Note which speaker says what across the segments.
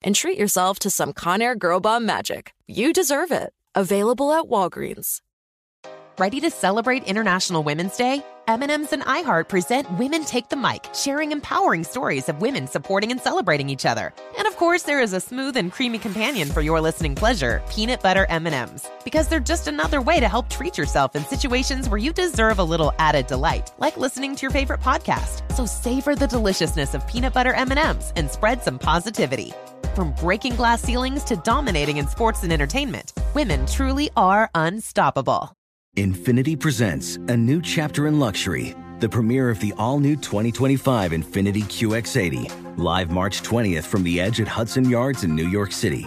Speaker 1: and treat yourself to some Conair Girl Bomb magic. You deserve it. Available at Walgreens.
Speaker 2: Ready to celebrate International Women's Day? M&M's and iHeart present Women Take the Mic, sharing empowering stories of women supporting and celebrating each other. And of course, there is a smooth and creamy companion for your listening pleasure, peanut butter M&Ms, because they're just another way to help treat yourself in situations where you deserve a little added delight, like listening to your favorite podcast. So savor the deliciousness of peanut butter M&Ms and spread some positivity. From breaking glass ceilings to dominating in sports and entertainment, women truly are unstoppable.
Speaker 3: Infinity presents a new chapter in luxury, the premiere of the all new 2025 Infinity QX80, live March 20th from the edge at Hudson Yards in New York City,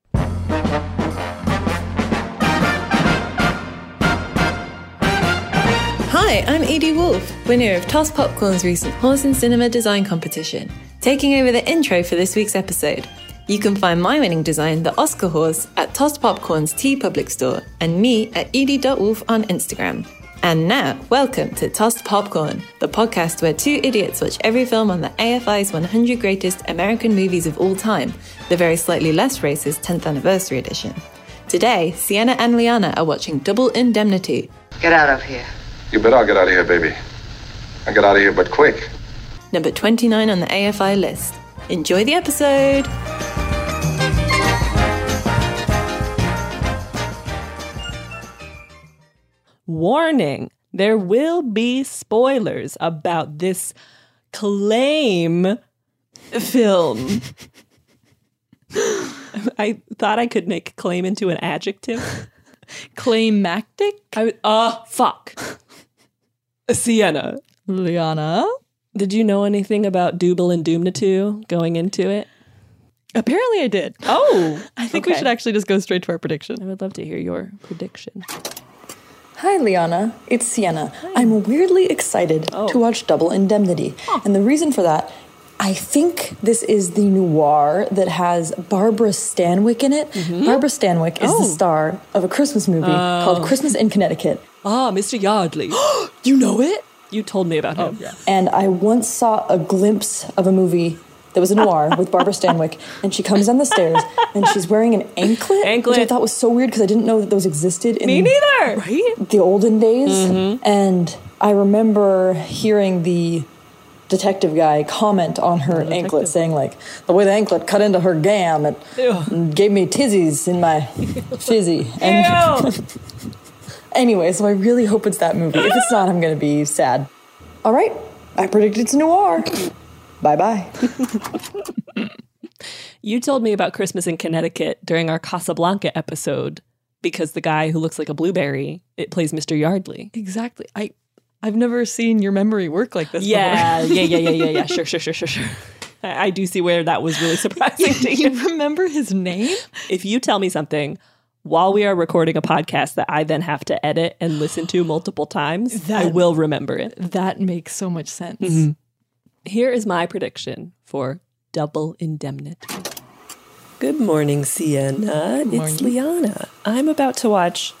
Speaker 4: Hi, I'm Edie Wolf, winner of Toss Popcorn's recent Horse and Cinema Design Competition, taking over the intro for this week's episode. You can find my winning design, the Oscar Horse, at Toss Popcorn's T Public Store and me at edie.wolf on Instagram. And now, welcome to Tossed Popcorn, the podcast where two idiots watch every film on the AFI's 100 Greatest American Movies of All Time, the very slightly less racist 10th Anniversary Edition. Today, Sienna and Liana are watching Double Indemnity,
Speaker 5: Get out of here.
Speaker 6: You bet I'll get out of here, baby. I get out of here, but quick.
Speaker 4: number 29 on the AFI list. Enjoy the episode!
Speaker 7: Warning there will be spoilers about this claim film. I thought I could make claim into an adjective.
Speaker 8: Climactic?
Speaker 7: I would, uh, fuck. Sienna,
Speaker 8: Liana?
Speaker 7: did you know anything about Dooble and Doomnatu going into it?
Speaker 8: Apparently I did.
Speaker 7: Oh,
Speaker 8: I think we
Speaker 7: okay.
Speaker 8: should actually just go straight to our prediction.
Speaker 7: I would love to hear your prediction.
Speaker 9: Hi, Liana. It's Sienna. I'm weirdly excited
Speaker 10: Oh.
Speaker 9: to watch Double Indemnity. And the reason for that, I think this is the noir that has Barbara Stanwyck in it.
Speaker 10: Mm-hmm.
Speaker 9: Barbara Stanwyck is the
Speaker 10: Oh.
Speaker 9: star of a Christmas movie called Christmas in Connecticut.
Speaker 7: Ah, Mr. Yardley.
Speaker 9: You know it?
Speaker 7: you told me
Speaker 8: Oh,
Speaker 7: about him.
Speaker 9: And I once saw a glimpse of a movie that was a noir with Barbara Stanwyck, and she comes down the stairs and she's wearing an anklet, which I
Speaker 7: Anklet.
Speaker 9: thought was so weird because I didn't know that those existed. In
Speaker 7: Me neither. Mm-hmm.
Speaker 8: Right?
Speaker 9: the olden days. And I remember hearing the detective guy comment on her anklet, saying, like, the way the anklet cut into her gam, it gave me tizzies in my fizzy. And anyway, so I really hope it's that movie. If it's not, I'm going to be sad. All right, I predict it's noir. bye bye.
Speaker 7: You told me about Christmas in Connecticut during our Casablanca episode because the guy who looks like a blueberry it plays Mr. Yardley.
Speaker 8: Exactly. I I've never seen your memory work like this
Speaker 7: Yeah, yeah, yeah, yeah, yeah, yeah. Sure, sure, sure, sure, sure. I, I do see where that was really surprising
Speaker 8: before.
Speaker 7: to
Speaker 8: you
Speaker 7: you.
Speaker 8: remember his name?
Speaker 7: If you tell me something while we are recording a podcast that I then have to edit and listen to multiple times, I
Speaker 8: That-
Speaker 7: will remember it.
Speaker 8: That makes so much sense.
Speaker 9: Mm-hmm.
Speaker 7: Here is my prediction for Double Indemnity.
Speaker 11: Good morning, Sienna. It's Liana. I'm about to watch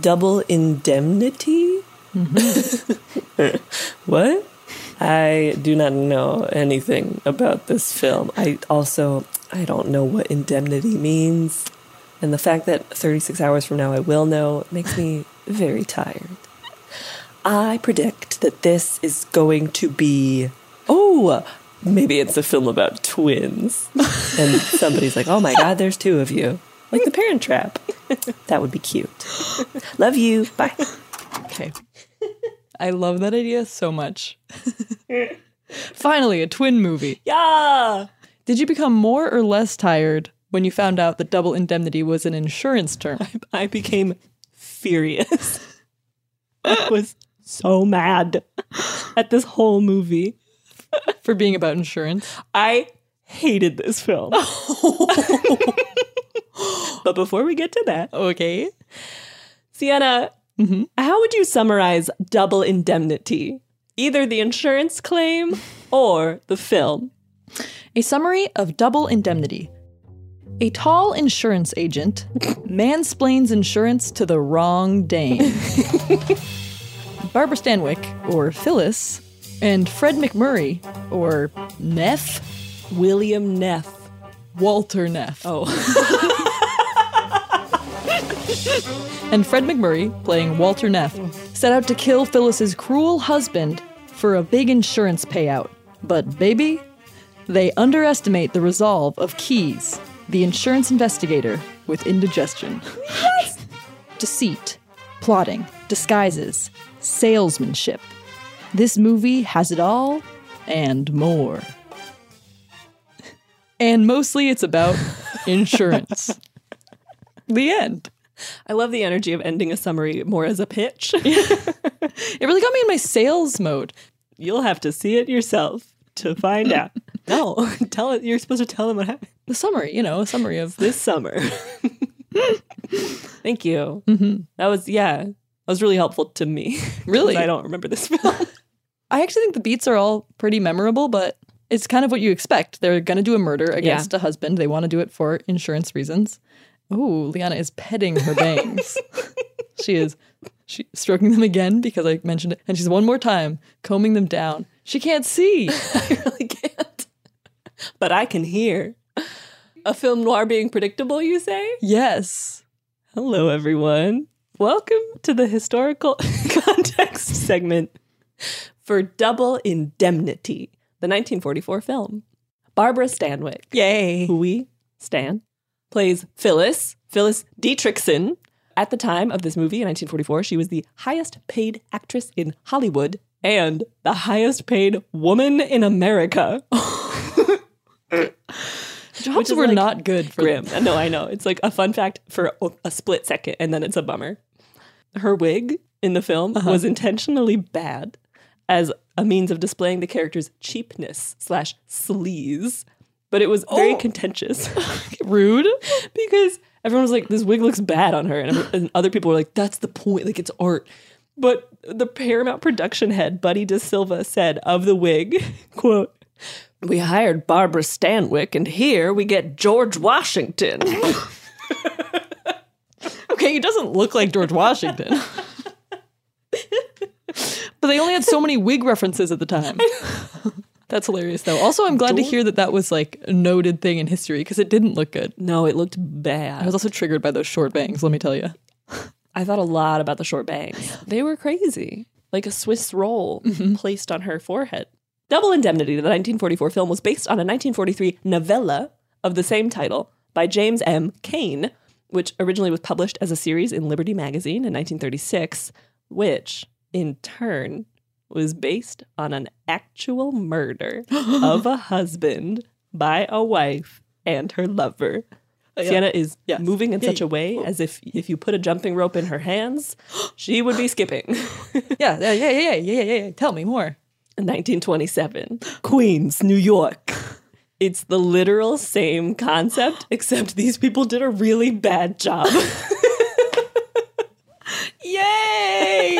Speaker 11: Double Indemnity,
Speaker 7: what? I do not know anything about this film. I also I don't know what indemnity means, and the fact that 36 hours from now I will know makes me very tired. I predict that this is going to be oh, maybe it's a film about twins. and somebody's like, "Oh my god, there's two of you." Like the parent trap. That would be cute. Love you. Bye.
Speaker 9: Okay. I love that idea so much. Finally, a twin movie.
Speaker 7: Yeah.
Speaker 9: Did you become more or less tired when you found out that double indemnity was an insurance term?
Speaker 7: I became furious. I was so mad at this whole movie
Speaker 9: for being about insurance.
Speaker 7: I hated this film. but before we get to that,
Speaker 9: okay.
Speaker 7: Sienna, mm-hmm. how would you summarize double indemnity? Either the insurance claim or the film?
Speaker 9: A summary of double indemnity. A tall insurance agent mansplains insurance to the wrong dame. Barbara Stanwyck, or Phyllis, and Fred McMurray, or Neff,
Speaker 7: William Neff,
Speaker 9: Walter Neff.
Speaker 7: Oh.
Speaker 9: and Fred McMurray, playing Walter Neff, set out to kill Phyllis's cruel husband for a big insurance payout. But, baby, they underestimate the resolve of Keys, the insurance investigator with indigestion.
Speaker 7: Yes!
Speaker 9: Deceit, plotting, disguises, salesmanship. This movie has it all and more. And mostly it's about insurance. the end.
Speaker 7: I love the energy of ending a summary more as a pitch.
Speaker 9: it really got me in my sales mode.
Speaker 7: You'll have to see it yourself to find out. no, tell it. You're supposed to tell them what happened.
Speaker 9: The summary, you know, a summary of
Speaker 7: this summer. Thank you. Mm-hmm. That was yeah. That was really helpful to me.
Speaker 9: Really,
Speaker 7: I don't remember this film.
Speaker 9: I actually think the beats are all pretty memorable, but it's kind of what you expect. They're going to do a murder against yeah. a husband. They want to do it for insurance reasons. Oh, Liana is petting her bangs. she is she stroking them again because I mentioned it, and she's one more time combing them down. She can't see.
Speaker 7: I really can't. But I can hear. A film noir being predictable, you say?
Speaker 9: Yes.
Speaker 7: Hello, everyone. Welcome to the historical context segment for Double Indemnity, the 1944 film. Barbara Stanwyck.
Speaker 9: Yay.
Speaker 7: Who we Stan plays Phyllis, Phyllis Dietrichson. At the time of this movie in 1944, she was the highest paid actress in Hollywood and the highest paid woman in America.
Speaker 9: Jobs were like not good for
Speaker 7: grim. no, I know. It's like a fun fact for a split second, and then it's a bummer. Her wig in the film uh-huh. was intentionally bad as a means of displaying the character's cheapness slash sleaze but it was very oh. contentious,
Speaker 9: rude,
Speaker 7: because everyone was like, "This wig looks bad on her," and, and, other people were like, "That's the point, like it's art." But the Paramount production head, Buddy De Silva, said of the wig, "quote We hired Barbara Stanwyck, and here we get George Washington."
Speaker 9: okay, he doesn't look like George Washington. but they only had so many wig references at the time. That's hilarious, though. Also, I'm glad Don't. to hear that that was like a noted thing in history because it didn't look good.
Speaker 7: No, it looked bad.
Speaker 9: I was also triggered by those short bangs, let me tell you.
Speaker 7: I thought a lot about the short bangs. They were crazy, like a Swiss roll mm-hmm. placed on her forehead. Double Indemnity, the 1944 film, was based on a 1943 novella of the same title by James M. Cain, which originally was published as a series in Liberty Magazine in 1936, which in turn was based on an actual murder of a husband by a wife and her lover. Yeah. Sienna is yes. moving in yeah. such a way as if if you put a jumping rope in her hands, she would be skipping.
Speaker 9: yeah, yeah, yeah, yeah, yeah, yeah, yeah. Tell me more.
Speaker 7: 1927, Queens, New York. It's the literal same concept, except these people did a really bad job.
Speaker 9: Yay!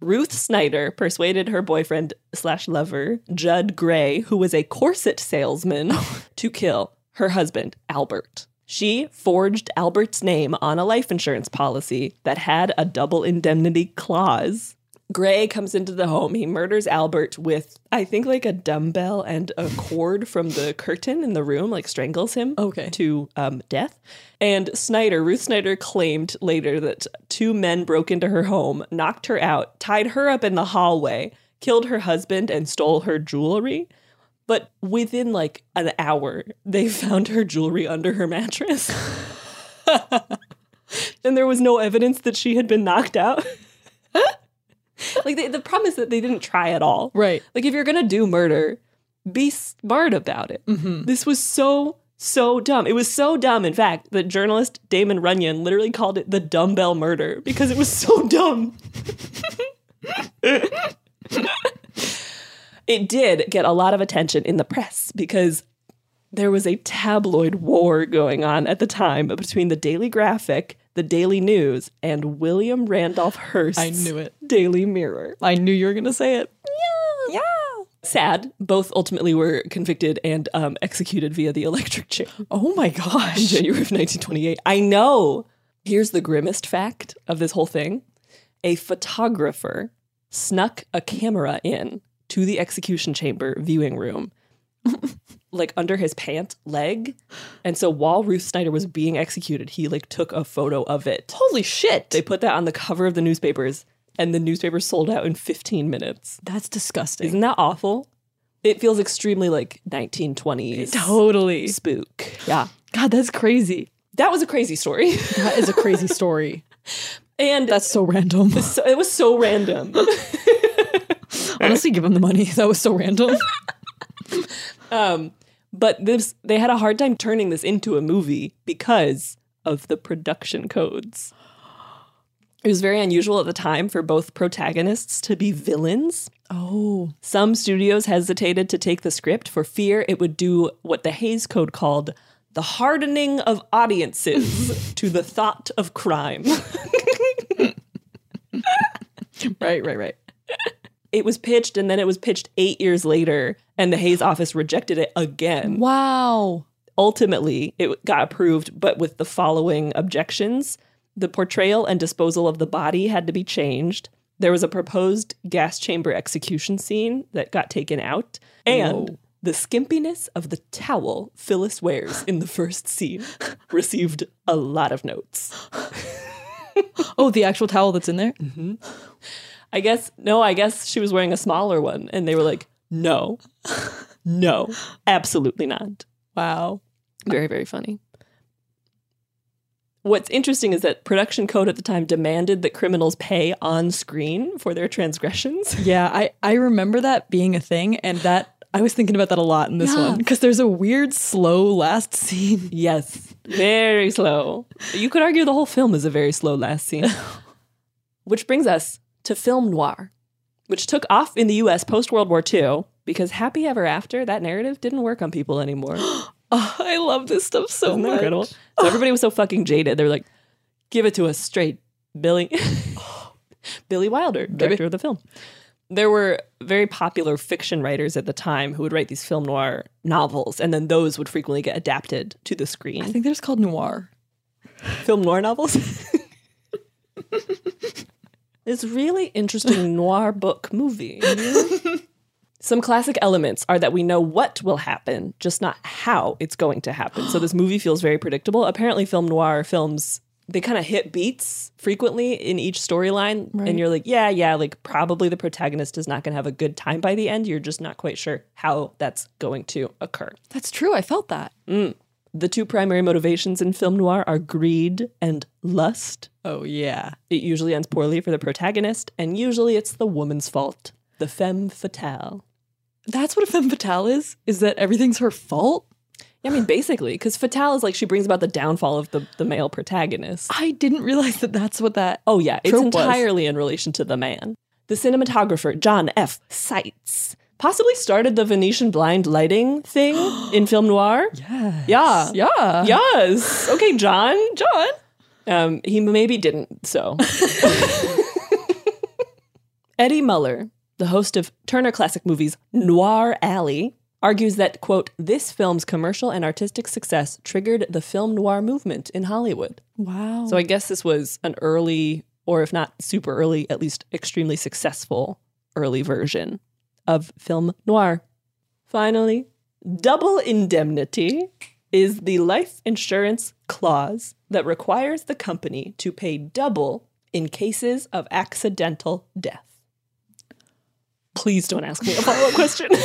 Speaker 7: Ruth Snyder persuaded her boyfriend slash lover, Judd Gray, who was a corset salesman, to kill her husband, Albert. She forged Albert's name on a life insurance policy that had a double indemnity clause. Gray comes into the home. He murders Albert with, I think, like a dumbbell and a cord from the curtain in the room, like strangles him
Speaker 9: okay.
Speaker 7: to um, death. And Snyder, Ruth Snyder claimed later that two men broke into her home, knocked her out, tied her up in the hallway, killed her husband, and stole her jewelry. But within like an hour, they found her jewelry under her mattress. and there was no evidence that she had been knocked out. like they, the problem is that they didn't try at all.
Speaker 9: Right.
Speaker 7: Like if you're gonna do murder, be smart about it.
Speaker 9: Mhm.
Speaker 7: This was so so dumb. It was so dumb, in fact, that journalist Damon Runyon literally called it the dumbbell murder because it was so dumb. it did get a lot of attention in the press because there was a tabloid war going on at the time between the Daily Graphic, the Daily News, and William Randolph Hearst's
Speaker 9: I knew it.
Speaker 7: Daily Mirror.
Speaker 9: I knew you were going to say it.
Speaker 7: Yeah. Sad. Both ultimately were convicted and um, executed via the electric chair
Speaker 9: Oh my
Speaker 7: in
Speaker 9: gosh.
Speaker 7: January of 1928. I know. Here's the grimmest fact of this whole thing a photographer snuck a camera in to the execution chamber viewing room, like under his pant leg. And so while Ruth Snyder was being executed, he like took a photo of it.
Speaker 9: Holy shit.
Speaker 7: They put that on the cover of the newspapers, and the newspapers sold out in 15 minutes.
Speaker 9: That's disgusting.
Speaker 7: Isn't that awful? It feels extremely like 1920s
Speaker 9: Totally.
Speaker 7: spook. Yeah.
Speaker 9: God, that's crazy.
Speaker 7: That was a crazy story.
Speaker 9: That is a crazy story.
Speaker 7: And
Speaker 9: That's so random.
Speaker 7: so, it was so random.
Speaker 9: Honestly, give him the money. That was so random.
Speaker 7: um, but this they had a hard time turning this into a movie because of the production codes. It was very unusual at the time for both protagonists to be villains.
Speaker 9: Oh.
Speaker 7: Some studios hesitated to take the script for fear it would do what the Hayes Code called the hardening of audiences to the thought of crime.
Speaker 9: Right, right, right.
Speaker 7: It was pitched and then it was pitched eight years later, and the Hayes office rejected it again.
Speaker 9: Wow.
Speaker 7: ultimately it got approved but with the following objections the portrayal and disposal of the body had to be changed there was a proposed gas chamber execution scene that got taken out and
Speaker 9: Whoa.
Speaker 7: the skimpiness of the towel phyllis wears in the first scene received a lot of notes
Speaker 9: Oh, the actual towel that's in there?
Speaker 7: Mm-hmm. i guess no i guess she was wearing a smaller one and they were like no no absolutely not
Speaker 9: Wow.
Speaker 7: Very, very funny. What's interesting is that production code at the time demanded that criminals pay on screen for their transgressions.
Speaker 9: Yeah, I, I remember that being a thing, and that I was thinking about that a lot in this
Speaker 7: Yeah.
Speaker 9: one because there's a weird slow last scene.
Speaker 7: Yes, very slow. You could argue the whole film is a very slow last scene. which brings us to film noir, which took off in the US post World War II because Happy Ever After, that narrative didn't work on people anymore.
Speaker 9: Oh, I love this stuff so
Speaker 7: Isn't that
Speaker 9: much.
Speaker 7: incredible? So everybody was so fucking jaded. They were like, give it to us straight, Billy. Billy Wilder, director of the film. There were very popular fiction writers at the time who would write these film noir novels, and then those would frequently get adapted to the screen.
Speaker 9: I think they're just called noir.
Speaker 7: film noir novels. this really interesting noir book movie. Some classic elements are that we know what will happen, just not how it's going to happen. So this movie feels very predictable. Apparently, film noir films they kind of hit beats frequently in each storyline,
Speaker 9: Right.
Speaker 7: and you're like, yeah, yeah, like probably the protagonist is not going to have a good time by the end. You're just not quite sure how that's going to occur. Mm.
Speaker 9: That's true. I felt that.
Speaker 7: The two primary motivations in film noir are greed and lust.
Speaker 9: Oh, yeah.
Speaker 7: It usually ends poorly for the protagonist, and usually it's the woman's fault. The femme fatale.
Speaker 9: That's what a femme fatale is, is that everything's her fault?
Speaker 7: Yeah, I mean, basically, because fatale is like she brings about the downfall of the, the male protagonist.
Speaker 9: I didn't realize that that's what that.
Speaker 7: Oh, yeah, it's
Speaker 9: Trope was.
Speaker 7: entirely in relation to the man. The cinematographer, John F. Seitz, possibly started the Venetian blind lighting thing in film noir.
Speaker 9: Yeah.
Speaker 7: Yeah.
Speaker 9: Yeah.
Speaker 7: Yes. Okay, John. John. Um, he maybe didn't, so. Eddie Muller, the host of Turner Classic Movies Noir Alley, argues that, quote, this film's commercial and artistic success triggered the film noir movement in Hollywood.
Speaker 9: Wow.
Speaker 7: So I guess this was an early or if not super early, at least extremely successful early version of film noir. Finally, double indemnity is the life insurance clause that requires the company to pay double in cases of accidental death. Please don't ask me a follow up question.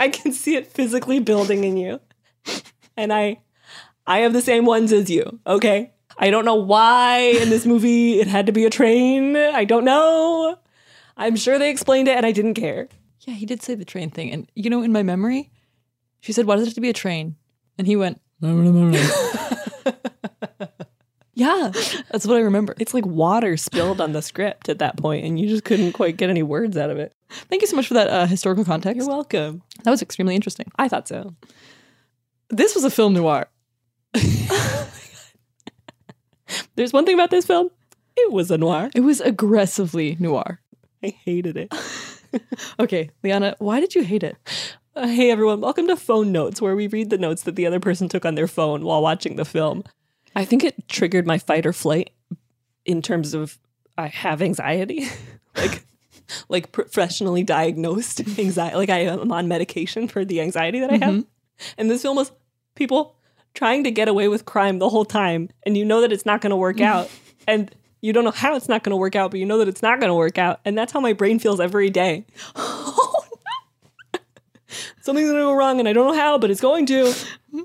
Speaker 7: I can see it physically building in you. And I I have the same ones as you, okay? I don't know why in this movie it had to be a train. I don't know. I'm sure they explained it and I didn't care.
Speaker 9: Yeah, he did say the train thing. And you know, in my memory, she said, Why does it have to be a train? And he went, Yeah, that's what I remember.
Speaker 7: It's like water spilled on the script at that point, and you just couldn't quite get any words out of it.
Speaker 9: Thank you so much for that uh, historical context.
Speaker 7: You're welcome.
Speaker 9: That was extremely interesting.
Speaker 7: I thought so.
Speaker 9: This was a film noir.
Speaker 7: There's one thing about this film it was a noir.
Speaker 9: It was aggressively noir.
Speaker 7: I hated it.
Speaker 9: okay, Liana, why did you hate it?
Speaker 7: Uh, hey everyone, welcome to Phone Notes, where we read the notes that the other person took on their phone while watching the film. I think it triggered my fight or flight in terms of I have anxiety, like like professionally diagnosed anxiety. Like I am on medication for the anxiety that I have, and this film was people trying to get away with crime the whole time, and you know that it's not going to work out, and you don't know how it's not going to work out, but you know that it's not going to work out, and that's how my brain feels every day. Something's gonna go wrong, and I don't know how, but it's going to.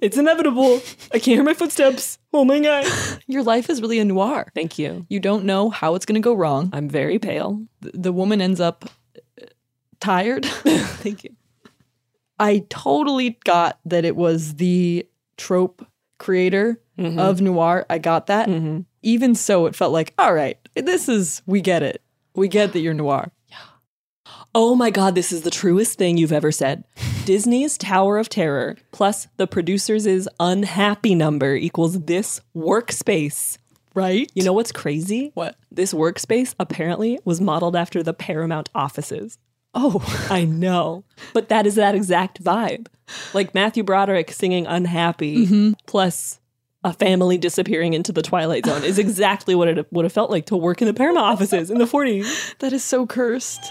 Speaker 7: It's inevitable. I can't hear my footsteps. Oh my god!
Speaker 9: Your life is really a noir.
Speaker 7: Thank you.
Speaker 9: You don't know how it's going to go wrong.
Speaker 7: I'm very pale.
Speaker 9: The, the woman ends up uh, tired.
Speaker 7: Thank you.
Speaker 9: I totally got that it was the trope creator
Speaker 7: Mm-hmm.
Speaker 9: of noir. I got that. Even so, it felt like, all right, this is, we get it. We get that you're noir.
Speaker 7: Oh my god, this is the truest thing you've ever said. Disney's Tower of Terror plus the producers' unhappy number equals this workspace.
Speaker 9: Right?
Speaker 7: You know what's crazy?
Speaker 9: What?
Speaker 7: This workspace apparently was modeled after the Paramount offices.
Speaker 9: Oh,
Speaker 7: I know. But that is that exact vibe. Like Matthew Broderick singing Unhappy
Speaker 9: Mm-hmm.
Speaker 7: plus a family disappearing into the Twilight Zone is exactly what it would have felt like to work in the Paramount offices in the 40s.
Speaker 9: that is so cursed.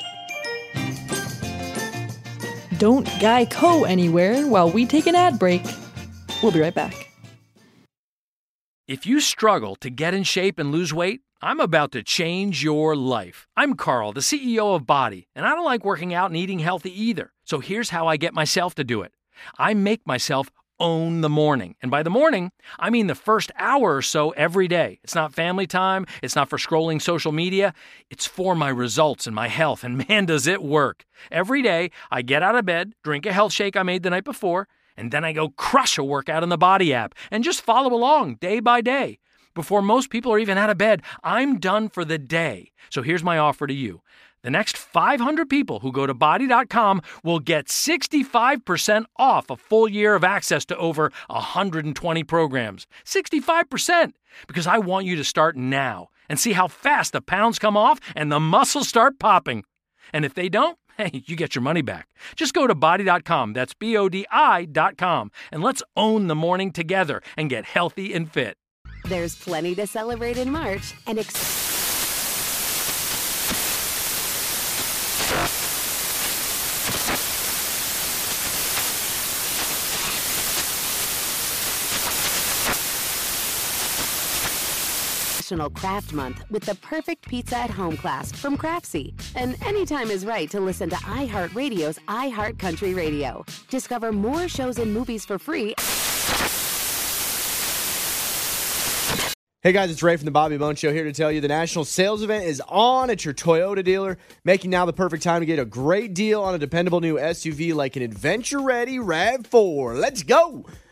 Speaker 9: Don't Geico anywhere while we take an ad break. We'll be right back.
Speaker 12: If you struggle to get in shape and lose weight, I'm about to change your life. I'm Carl, the CEO of Body, and I don't like working out and eating healthy either. So here's how I get myself to do it I make myself own the morning. And by the morning, I mean the first hour or so every day. It's not family time, it's not for scrolling social media, it's for my results and my health. And man, does it work. Every day, I get out of bed, drink a health shake I made the night before. And then I go crush a workout in the body app and just follow along day by day. Before most people are even out of bed, I'm done for the day. So here's my offer to you. The next 500 people who go to body.com will get 65% off a full year of access to over 120 programs. 65%! Because I want you to start now and see how fast the pounds come off and the muscles start popping. And if they don't, hey, you get your money back. Just go to body.com, that's B O D I.com, and let's own the morning together and get healthy and fit.
Speaker 13: There's plenty to celebrate in March and ex- National Craft Month with the perfect pizza at home class from Craftsy. And anytime is right to listen to iHeartRadio's iHeartCountry Radio. Discover more shows and movies for free.
Speaker 5: Hey guys, it's Ray from the Bobby Bone Show here to tell you the national sales event is on at your Toyota dealer, making now the perfect time to get a great deal on a dependable new SUV like an adventure ready RAV4. Let's go!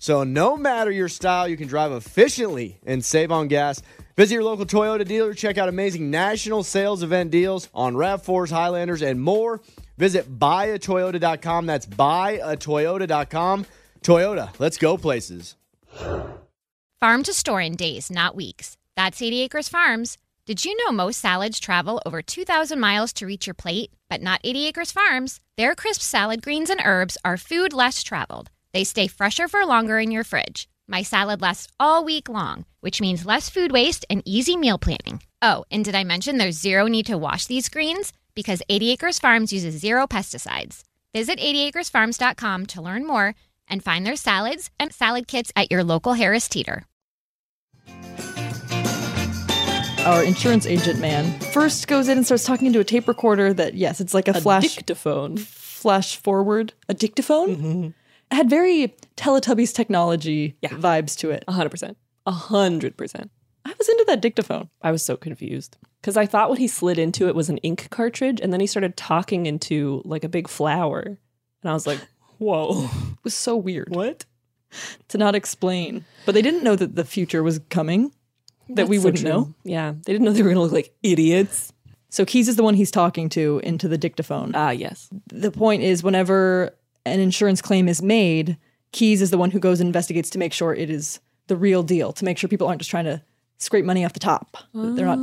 Speaker 5: So, no matter your style, you can drive efficiently and save on gas. Visit your local Toyota dealer, check out amazing national sales event deals on RAV4s, Highlanders, and more. Visit buyatoyota.com. That's buyatoyota.com. Toyota, let's go places.
Speaker 14: Farm to store in days, not weeks. That's 80 Acres Farms. Did you know most salads travel over 2,000 miles to reach your plate? But not 80 Acres Farms. Their crisp salad greens and herbs are food less traveled. They stay fresher for longer in your fridge. My salad lasts all week long, which means less food waste and easy meal planning. Oh, and did I mention there's zero need to wash these greens? Because 80 Acres Farms uses zero pesticides. Visit 80acresfarms.com to learn more and find their salads and salad kits at your local Harris Teeter.
Speaker 9: Our insurance agent man first goes in and starts talking into a tape recorder that, yes, it's like a,
Speaker 7: A
Speaker 9: flash
Speaker 7: dictaphone.
Speaker 9: Flash forward. A dictaphone? It had very Teletubbies technology vibes to it.
Speaker 7: 100%. 100%.
Speaker 9: I was into that dictaphone.
Speaker 7: I was so confused because I thought when he slid into it was an ink cartridge, and then he started talking into like a big flower, and I was like, "Whoa!"
Speaker 9: It was so weird.
Speaker 7: What?
Speaker 9: To not explain. But they didn't know that the future was coming, that we
Speaker 7: That's so
Speaker 9: wouldn't
Speaker 7: true.
Speaker 9: know.
Speaker 7: Yeah, they didn't know they were gonna look like idiots.
Speaker 9: So Keys is the one he's talking to into the dictaphone.
Speaker 7: Ah, yes.
Speaker 9: The point is, whenever an insurance claim is made, Keys is the one who goes and investigates to make sure it is the real deal, to make sure people aren't just trying to scrape money off the top. that They're not,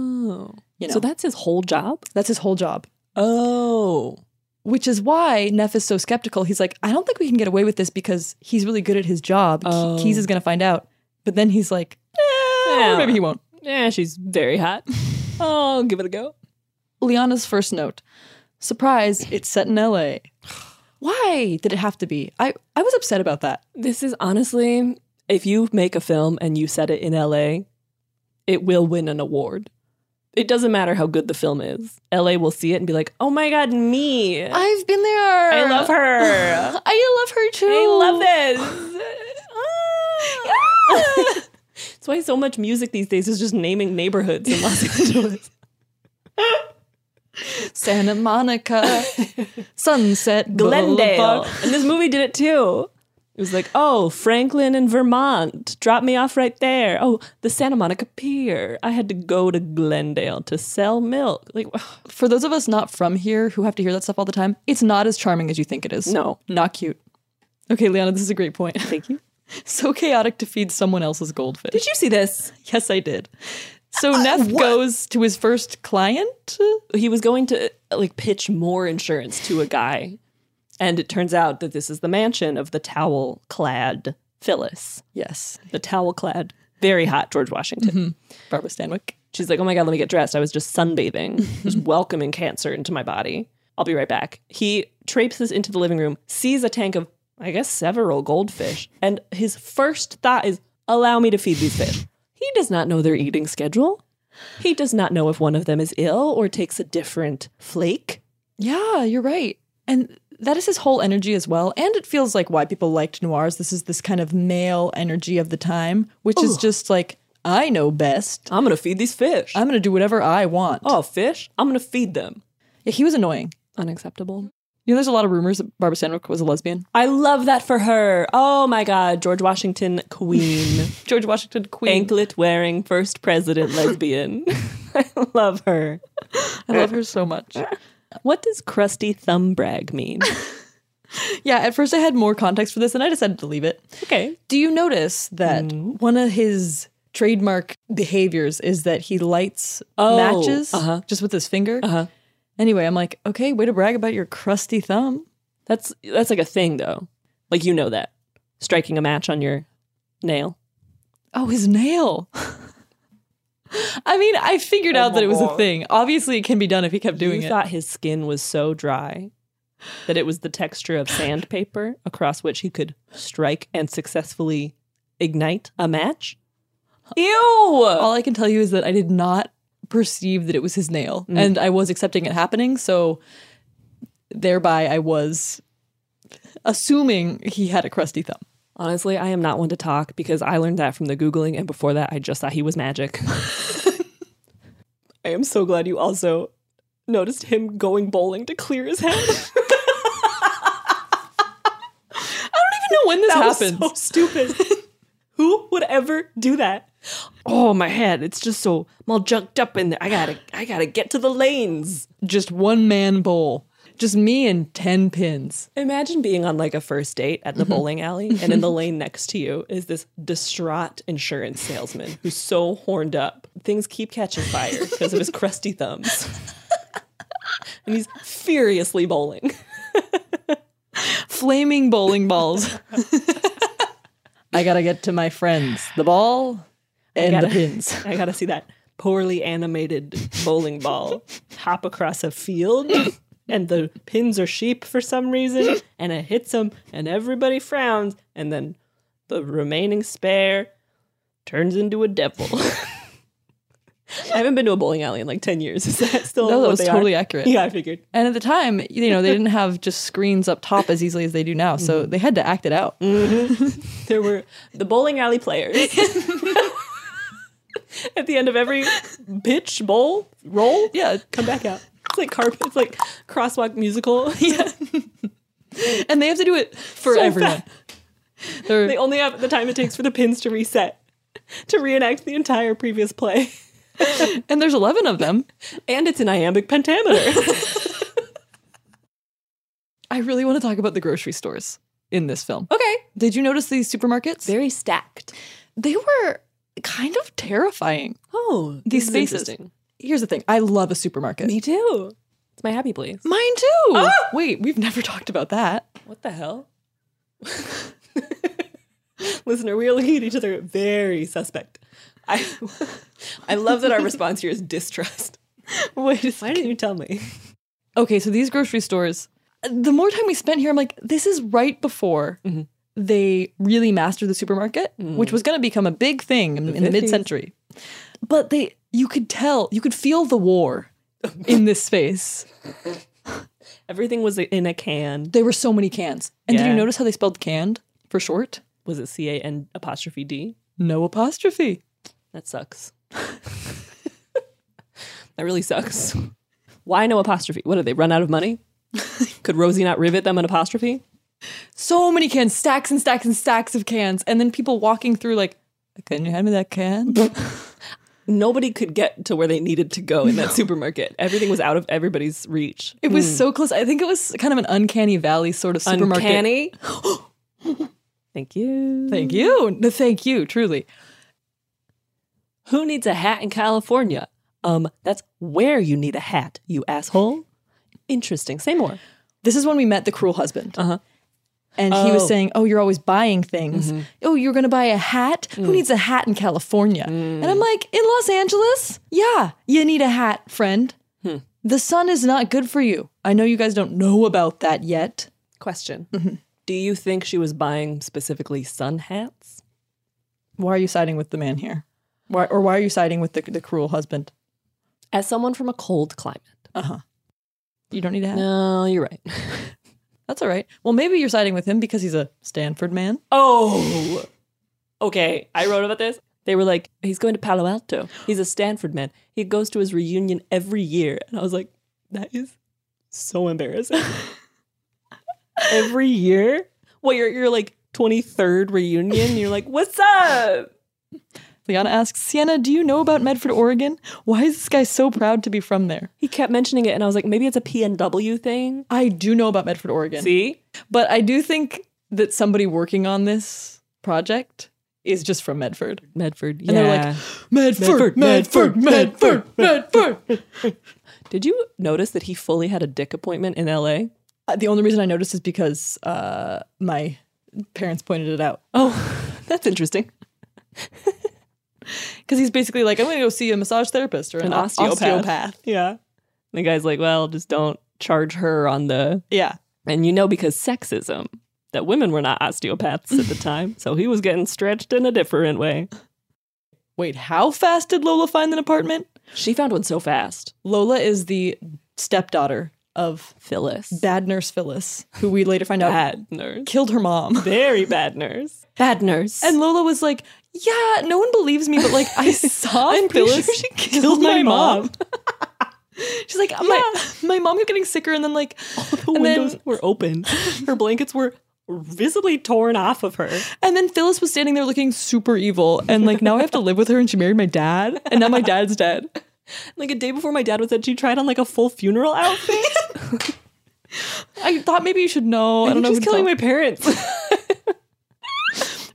Speaker 9: you know.
Speaker 7: So that's his whole job?
Speaker 9: That's his whole job.
Speaker 7: Oh.
Speaker 9: Which is why Neff is so skeptical. He's like, I don't think we can get away with this because he's really good at his job. Ke-
Speaker 7: Oh.
Speaker 9: Keys is going to find out. But then he's like, eh,
Speaker 7: Yeah.
Speaker 9: or maybe he won't.
Speaker 7: uh, Yeah, she's very hot. oh, I'll give it a go.
Speaker 9: Liana's first note. Surprise, it's set in LA. Why did it have to be? I, I was upset about that.
Speaker 7: This is honestly, if you make a film and you set it in LA, it will win an award. It doesn't matter how good the film is. LA will see it and be like, "Oh my god, me!
Speaker 9: I've been there.
Speaker 7: I love her.
Speaker 9: I love her too.
Speaker 7: I love this." Ah. That's why so much music these days is just naming neighborhoods in Los Angeles.
Speaker 9: Santa Monica, Sunset
Speaker 7: Glendale.
Speaker 9: Boulevard.
Speaker 7: And this movie did it too. It was like, oh, Franklin and Vermont, drop me off right there. Oh, the Santa Monica Pier. I had to go to Glendale to sell milk. Like,
Speaker 9: For those of us not from here who have to hear that stuff all the time, it's not as charming as you think it is.
Speaker 7: No.
Speaker 9: Not cute. Okay, Liana, this is a great point. Thank you. so chaotic to feed someone else's goldfish.
Speaker 7: Did you see this? Uh,
Speaker 9: Yes, I did. So Neff goes to his first client.
Speaker 7: He was going to like pitch more insurance to a guy. And it turns out that this is the mansion of the towel clad Phyllis.
Speaker 9: Yes.
Speaker 7: The towel clad, very hot George Washington.
Speaker 9: Barbara Stanwyck.
Speaker 7: She's like, oh my God, let me get dressed. I was just sunbathing, just welcoming cancer into my body. I'll be right back. He traipses into the living room, sees a tank of, I guess, several goldfish. And his first thought is, allow me to feed these fish. He does not know their eating schedule. He does not know if one of them is ill or takes a different flake.
Speaker 9: Yeah, you're right. And that is his whole energy as well. And it feels like why people liked noirs. This is this kind of male energy of the time, which is
Speaker 7: Ugh.
Speaker 9: just like, I know best.
Speaker 7: I'm going to feed these fish.
Speaker 9: I'm going to do whatever I want.
Speaker 7: Oh, fish? I'm going to feed them.
Speaker 9: Yeah, he was annoying.
Speaker 7: Unacceptable.
Speaker 9: You know, there's a lot of rumors that Barbara Stanwyck was a lesbian.
Speaker 7: I love that for her. Oh my God, George Washington Queen.
Speaker 9: George Washington Queen.
Speaker 7: Anklet wearing first president lesbian. I love her.
Speaker 9: I love her so much.
Speaker 7: What does crusty thumb brag mean?
Speaker 9: Yeah, at first I had more context for this and I decided to leave it.
Speaker 7: Okay.
Speaker 9: Do you notice that one of his trademark behaviors is that he lights
Speaker 7: Oh,
Speaker 9: matches
Speaker 7: uh-huh.
Speaker 9: just with his finger? Uh-huh. Anyway, I'm like, okay, way to brag about your crusty thumb.
Speaker 7: That's that's like a thing though. Like you know that. Striking a match on your nail.
Speaker 9: Oh, his nail. I mean, I figured out that it was a thing. Obviously, it can be done if he kept doing
Speaker 7: you
Speaker 9: it.
Speaker 7: thought his skin was so dry that it was the texture of sandpaper across which he could strike and successfully ignite a match? Ew!
Speaker 9: All I can tell you is that I did not perceive that it was his nail, and I was accepting it happening. So, thereby, I was assuming he had a crusty thumb.
Speaker 7: Honestly, I am not one to talk because I learned that from the Googling, and before that, I just thought he was magic. I am so glad you also noticed him going bowling to clear his head. that
Speaker 9: I don't even know when this
Speaker 7: was
Speaker 9: happened.
Speaker 7: so stupid. Who would ever do that? Oh my head, it's just so I'm all junked up in there. I gotta I gotta get to the lanes.
Speaker 9: Just one man bowl. Just me and 10 pins. Mm-hmm.
Speaker 7: Imagine being on like a first date at the bowling alley, and in the lane next to you is this distraught insurance salesman who's so horned up. Things keep catching fire because of his crusty thumbs. and he's furiously bowling.
Speaker 9: Flaming bowling balls. I gotta get to my friends. The ball and
Speaker 7: gotta-
Speaker 9: the pins.
Speaker 7: I gotta see that poorly animated bowling ball hop across a field, and the pins are sheep for some reason, and it hits them, and everybody frowns, and then the remaining spare turns into a devil. I haven't been to a bowling alley in like ten years. Is that still?
Speaker 9: No, that
Speaker 7: what
Speaker 9: was
Speaker 7: they are?
Speaker 9: totally accurate.
Speaker 7: Yeah, I figured.
Speaker 9: And at the time, you know, they didn't have just screens up top as easily as they do now. So
Speaker 7: Mm-hmm.
Speaker 9: they had to act it out.
Speaker 7: There were the bowling alley players. At the end of every pitch, bowl, roll, yeah, come back out. It's like carpet. It's like crosswalk musical. Yeah,
Speaker 9: and they have to do it for everyone.
Speaker 7: They only have the time it takes for the pins to reset to reenact the entire previous play.
Speaker 9: and there's eleven of them,
Speaker 7: and it's an iambic pentameter.
Speaker 9: I really want to talk about the grocery stores in this film. Okay. Did you notice these supermarkets? Very
Speaker 7: stacked.
Speaker 9: They were kind of terrifying.
Speaker 7: Oh,
Speaker 9: these
Speaker 7: this is
Speaker 9: spaces.
Speaker 7: interesting.
Speaker 9: Here's the thing I love a supermarket.
Speaker 7: Me too. It's my happy place. Ah!
Speaker 9: Mine too. Wait, we've never talked about that.
Speaker 7: What the hell? Listener, we are looking at each other very suspect. I I love that our response here is distrust.
Speaker 9: Wait,
Speaker 7: why didn't you tell me?
Speaker 9: Okay, so these grocery stores, the more time we spent here, I'm like, this is right before
Speaker 7: Mm-hmm.
Speaker 9: they really mastered the supermarket,
Speaker 7: Mm.
Speaker 9: which was going to become a big thing in in the
Speaker 7: 50s.
Speaker 9: mid century. But they, you could tell, you could feel the war in this space.
Speaker 7: Everything was in a can.
Speaker 9: There were so many cans. And did
Speaker 7: Yeah.
Speaker 9: you notice how they spelled canned for short?
Speaker 7: Was it C A N apostrophe D?
Speaker 9: No apostrophe.
Speaker 7: That sucks. that really sucks. Why no apostrophe? What did they run out of money? Could Rosie not rivet them an apostrophe?
Speaker 9: So many cans, stacks and stacks and stacks of cans. And then people walking through, like, can you hand me that can?
Speaker 7: Nobody could get to where they needed to go in that supermarket. Everything was out of everybody's reach.
Speaker 9: It was
Speaker 7: Mm.
Speaker 9: so close. I think it was kind of an uncanny valley sort of supermarket.
Speaker 7: Uncanny. Thank you.
Speaker 9: Thank you. No, Thank you, truly.
Speaker 7: Who needs a hat in California? Um, that's where you need a hat, you asshole. Interesting. Say more.
Speaker 9: This is when we met the cruel husband.
Speaker 7: Uh-huh.
Speaker 9: And he was
Speaker 7: Oh.
Speaker 9: saying, Oh, you're always buying things. Oh, you're going to buy a hat? Who needs a hat in California? And I'm like, In Los Angeles? Yeah, you need a hat, friend. The sun is not good for you. I know you guys don't know about that yet. Mm-hmm.
Speaker 7: Question. Do you think she was buying specifically sun hats?
Speaker 9: Why are you siding with the man here? Why, or why are you siding with the, the cruel husband?
Speaker 7: As someone from a cold climate.
Speaker 9: Uh huh. You don't need a hat?
Speaker 7: No, you're right.
Speaker 9: That's all right. Well, maybe you're siding with him because he's a Stanford man.
Speaker 7: Oh. Okay. I wrote about this. They were like, he's going to Palo Alto. He's a Stanford man. He goes to his reunion every year. And I was like, that is so embarrassing. every year? Well, you're, you're like 23rd reunion. You're like, what's up?
Speaker 9: Liana asks, Sienna, do you know about Medford, Oregon? Why is this guy so proud to be from there?
Speaker 7: He kept mentioning it. And I was like, maybe it's a PNW thing.
Speaker 9: I do know about Medford, Oregon.
Speaker 7: See?
Speaker 9: But I do think that somebody working on this project is just from Medford.
Speaker 7: Medford, yeah.
Speaker 9: And they're like, Medford, Medford, Medford, Medford.
Speaker 7: Did you notice that he fully had a dick appointment in LA?
Speaker 9: Uh, The only reason I noticed is because uh, my parents pointed it out.
Speaker 7: Oh, that's interesting.
Speaker 9: Because he's basically like, I'm going to go see a massage therapist or an,
Speaker 7: An
Speaker 9: o-
Speaker 7: osteopath.
Speaker 9: osteopath.
Speaker 7: Yeah. And the guy's like, well, just don't charge her on the.
Speaker 9: Yeah.
Speaker 7: And you know, because sexism, that women were not osteopaths at the time. So he was getting stretched in a different way.
Speaker 9: Wait, how fast did Lola find an apartment?
Speaker 7: She found one so fast.
Speaker 9: Lola is the stepdaughter of
Speaker 7: Phyllis.
Speaker 9: bad nurse Phyllis, who we later find out
Speaker 7: Bad nurse.
Speaker 9: killed her mom.
Speaker 7: Very bad nurse. Bad nurse.
Speaker 9: And Lola was like, "Yeah, no one believes me, but like I saw
Speaker 7: I'm pretty
Speaker 9: Phyllis
Speaker 7: sure she killed my mom."
Speaker 9: She's like, "My my mom kept getting sicker, and then like,
Speaker 7: the
Speaker 9: and
Speaker 7: windows
Speaker 9: then
Speaker 7: were open. Her blankets were visibly torn off of her.
Speaker 9: And then Phyllis was standing there looking super evil. And like, now I have to live with her and she married my dad. And now my dad's dead.
Speaker 7: Like a day before my dad was dead, she tried on like a full funeral outfit.
Speaker 9: I thought maybe you should know. I,
Speaker 7: I
Speaker 9: don't
Speaker 7: think
Speaker 9: know.
Speaker 7: she's
Speaker 9: who to
Speaker 7: killing
Speaker 9: tell.
Speaker 7: my parents.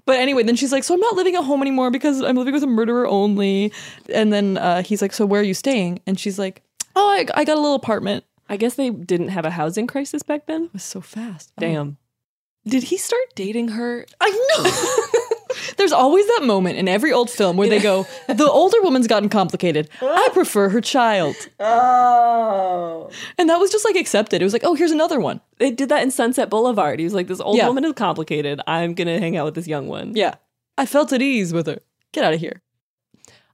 Speaker 9: But anyway, then she's like, So I'm not living at home anymore because I'm living with a murderer only. And then uh, he's like, So where are you staying? And she's like, Oh, I, I got a little apartment.
Speaker 7: I guess they didn't have a housing crisis back then. It
Speaker 9: was so fast.
Speaker 7: Damn. Did he start dating her?
Speaker 9: There's always that moment in every old film where they go, The older woman's gotten complicated. I prefer her child.
Speaker 7: Oh.
Speaker 9: And that was just like accepted. It was like, Oh, here's another one.
Speaker 7: They did that in Sunset Boulevard. He was like, this old
Speaker 9: Yeah.
Speaker 7: woman is complicated. I'm going to hang out with this young one.
Speaker 9: Yeah. I felt at ease with her. Get out of here.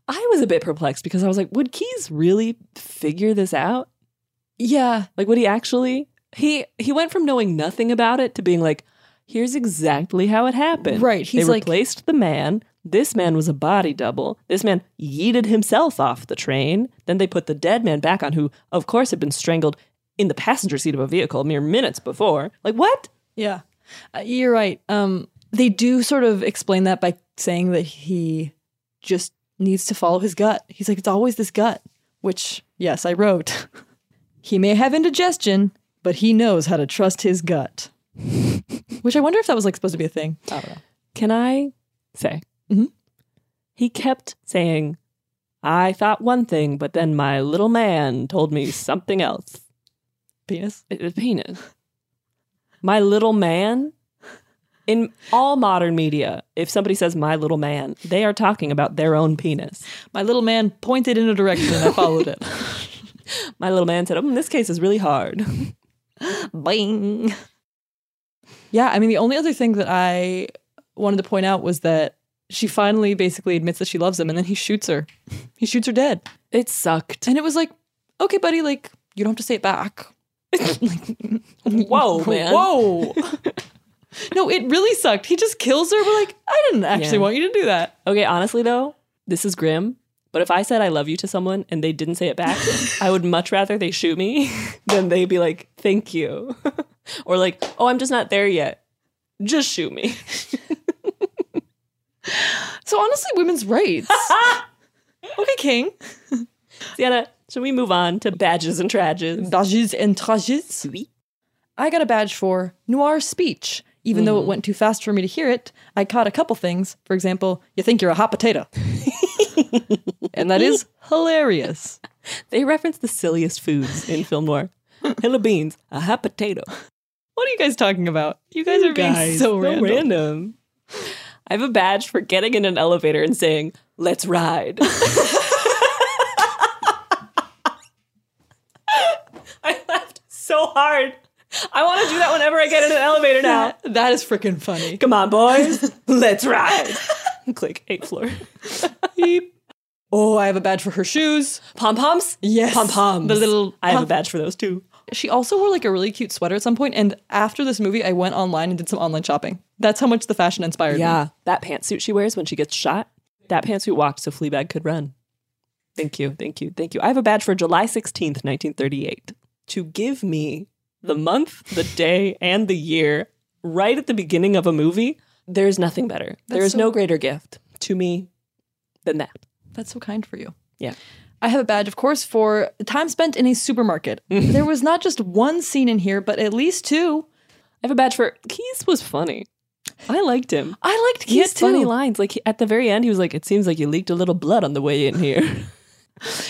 Speaker 7: I was a bit perplexed because I was like, would Keys really figure this out?
Speaker 9: Yeah.
Speaker 7: Like, would he actually? He he went from knowing nothing about it to being like, here's exactly how it happened.
Speaker 9: Right, he's
Speaker 7: they
Speaker 9: like-
Speaker 7: replaced the man. This man was a body double. This man yeeted himself off the train. Then they put the dead man back on, who, of course, had been strangled in the passenger seat of a vehicle mere minutes before. Like, what?
Speaker 9: Yeah. Uh, you're right. Um, they do sort of explain that by saying that he just needs to follow his gut. He's like, it's always this gut, which, yes, I wrote. he may have indigestion, but he knows how to trust his gut. which I wonder if that was like supposed to be a thing. I don't know.
Speaker 7: Can I say?
Speaker 9: Mm-hmm.
Speaker 7: He kept saying, I thought one thing, but then my little man told me something else.
Speaker 9: Penis?
Speaker 7: It, it's penis. My little man? In all modern media, if somebody says my little man, they are talking about their own penis.
Speaker 9: My little man pointed in a direction and I followed it.
Speaker 7: my little man said, Oh, this case is really hard.
Speaker 9: Bing. Yeah, I mean, the only other thing that I wanted to point out was that she finally basically admits that she loves him and then he shoots her. He shoots her dead.
Speaker 7: It sucked.
Speaker 9: And it was like, okay, buddy, like, you don't have to say it back.
Speaker 7: Whoa, man.
Speaker 9: Whoa. no, it really sucked. He just kills her. We're like, I didn't actually
Speaker 7: Yeah.
Speaker 9: want you to do that.
Speaker 7: Okay, honestly though, this is grim. But if I said I love you to someone and they didn't say it back, I would much rather they shoot me than they be like, thank you. or like, oh, I'm just not there yet. Just shoot me.
Speaker 9: So honestly, women's rights. okay, King.
Speaker 7: Sienna, should we move on to badges and trages?
Speaker 9: Badges and trages. I got a badge for noir speech. Even though
Speaker 7: Mm.
Speaker 9: it went too fast for me to hear it, I caught a couple things. For example, you think you're a hot potato. and that is hilarious.
Speaker 7: They reference the silliest foods in film noir. Hella beans, a hot potato.
Speaker 9: What are you guys talking about? You guys are being so random.
Speaker 7: I have a badge for getting in an elevator and saying, let's ride. I laughed so hard. I want to do that whenever I get in an elevator now.
Speaker 9: That is freaking funny.
Speaker 7: Come on, boys. Let's ride. Click eighth floor.
Speaker 9: Oh, I have a badge for her shoes.
Speaker 7: Pom poms?
Speaker 9: Yes.
Speaker 7: Pom poms.
Speaker 9: The little
Speaker 7: I have a
Speaker 9: pom-
Speaker 7: badge for those too.
Speaker 9: She also wore like a really cute sweater at some point, and after this movie, I went online and did some online shopping. That's how much the fashion inspired me.
Speaker 7: Yeah. That pantsuit she wears when she gets shot, that pantsuit walked so Fleabag could run. Thank you. Thank you. Thank you. I have a badge for July 16th, 1938 to give me the month, the day, and the year right at the beginning of a movie. There is nothing better. there
Speaker 9: That's
Speaker 7: is
Speaker 9: so-
Speaker 7: no greater gift to me than that.
Speaker 9: That's so kind for you.
Speaker 7: Yeah.
Speaker 9: I have a badge, of course, for time spent in a supermarket. there was not just one scene in here, but at least two.
Speaker 7: I have a badge for Keys was funny. I liked him.
Speaker 9: I liked
Speaker 7: He had
Speaker 9: Keys too.
Speaker 7: funny lines. Like he- at the very end, he was like, "It seems like you leaked a little blood on the way in here."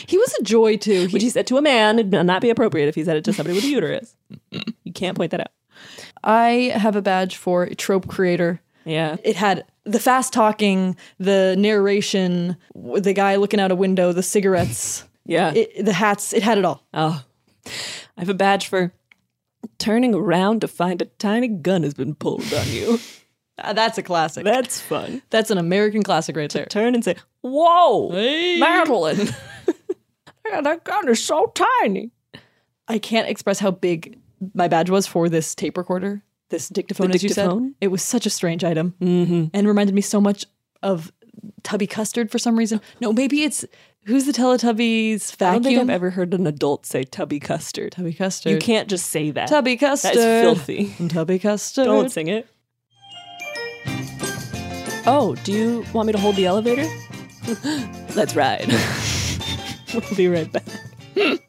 Speaker 9: He was a joy too.
Speaker 7: Which he said to a man, it'd not be appropriate if he said it to somebody with a uterus. You can't point that out.
Speaker 9: I have a badge for a trope creator.
Speaker 7: Yeah.
Speaker 9: It had the fast talking, the narration, w- the guy looking out a window, the cigarettes.
Speaker 7: Yeah.
Speaker 9: It, the hats, it had it all.
Speaker 7: Oh, I have a badge for turning around to find a tiny gun has been pulled on you.
Speaker 9: Uh, That's a classic.
Speaker 7: That's fun.
Speaker 9: That's an American classic right there.
Speaker 7: Turn and say, "Whoa, Madeline! Yeah, that gun is so tiny."
Speaker 9: I can't express how big my badge was for this tape recorder, this dictaphone,
Speaker 7: The
Speaker 9: as you said.
Speaker 7: dictaphone? Mm-hmm.
Speaker 9: It was such a strange item and reminded me so much of Tubby Custard for some reason. No, maybe it's who's the Teletubbies vacuum?
Speaker 7: I don't think I've ever heard an adult say "tubby custard."
Speaker 9: Tubby Custard.
Speaker 7: You can't just say that.
Speaker 9: Tubby
Speaker 7: That
Speaker 9: Custard.
Speaker 7: is filthy.
Speaker 9: Tubby Custard.
Speaker 7: Don't sing it. Oh, do you want me to hold the elevator? Let's ride. we'll be right back.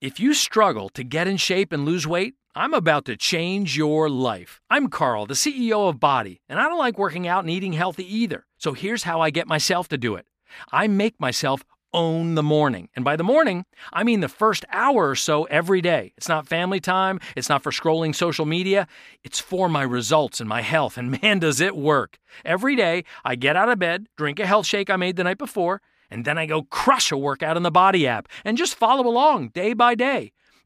Speaker 12: If you struggle to get in shape and lose weight, I'm about to change your life. I'm Carl, the CEO of Body, and I don't like working out and eating healthy either. So here's how I get myself to do it I make myself own the morning. And by the morning, I mean the first hour or so every day. It's not family time, it's not for scrolling social media, it's for my results and my health. And man, does it work. Every day, I get out of bed, drink a health shake I made the night before, and then I go crush a workout in the Body app and just follow along day by day.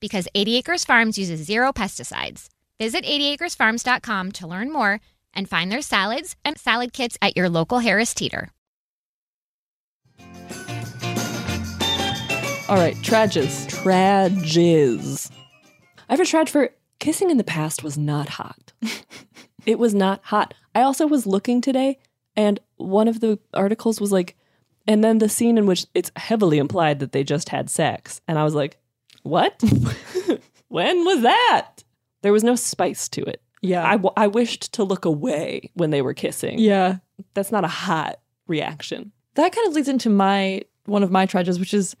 Speaker 14: Because 80 Acres Farms uses zero pesticides. Visit 80acresfarms.com to learn more and find their salads and salad kits at your local Harris Teeter.
Speaker 9: All right, trages.
Speaker 7: Trages. I have a trad for kissing in the past was not hot. it was not hot. I also was looking today, and one of the articles was like, and then the scene in which it's heavily implied that they just had sex. And I was like, what? when was that? There was no spice to it.
Speaker 9: Yeah.
Speaker 7: I, w- I wished to look away when they were kissing.
Speaker 9: Yeah.
Speaker 7: That's not a hot reaction.
Speaker 9: That kind of leads into my one of my trages, which is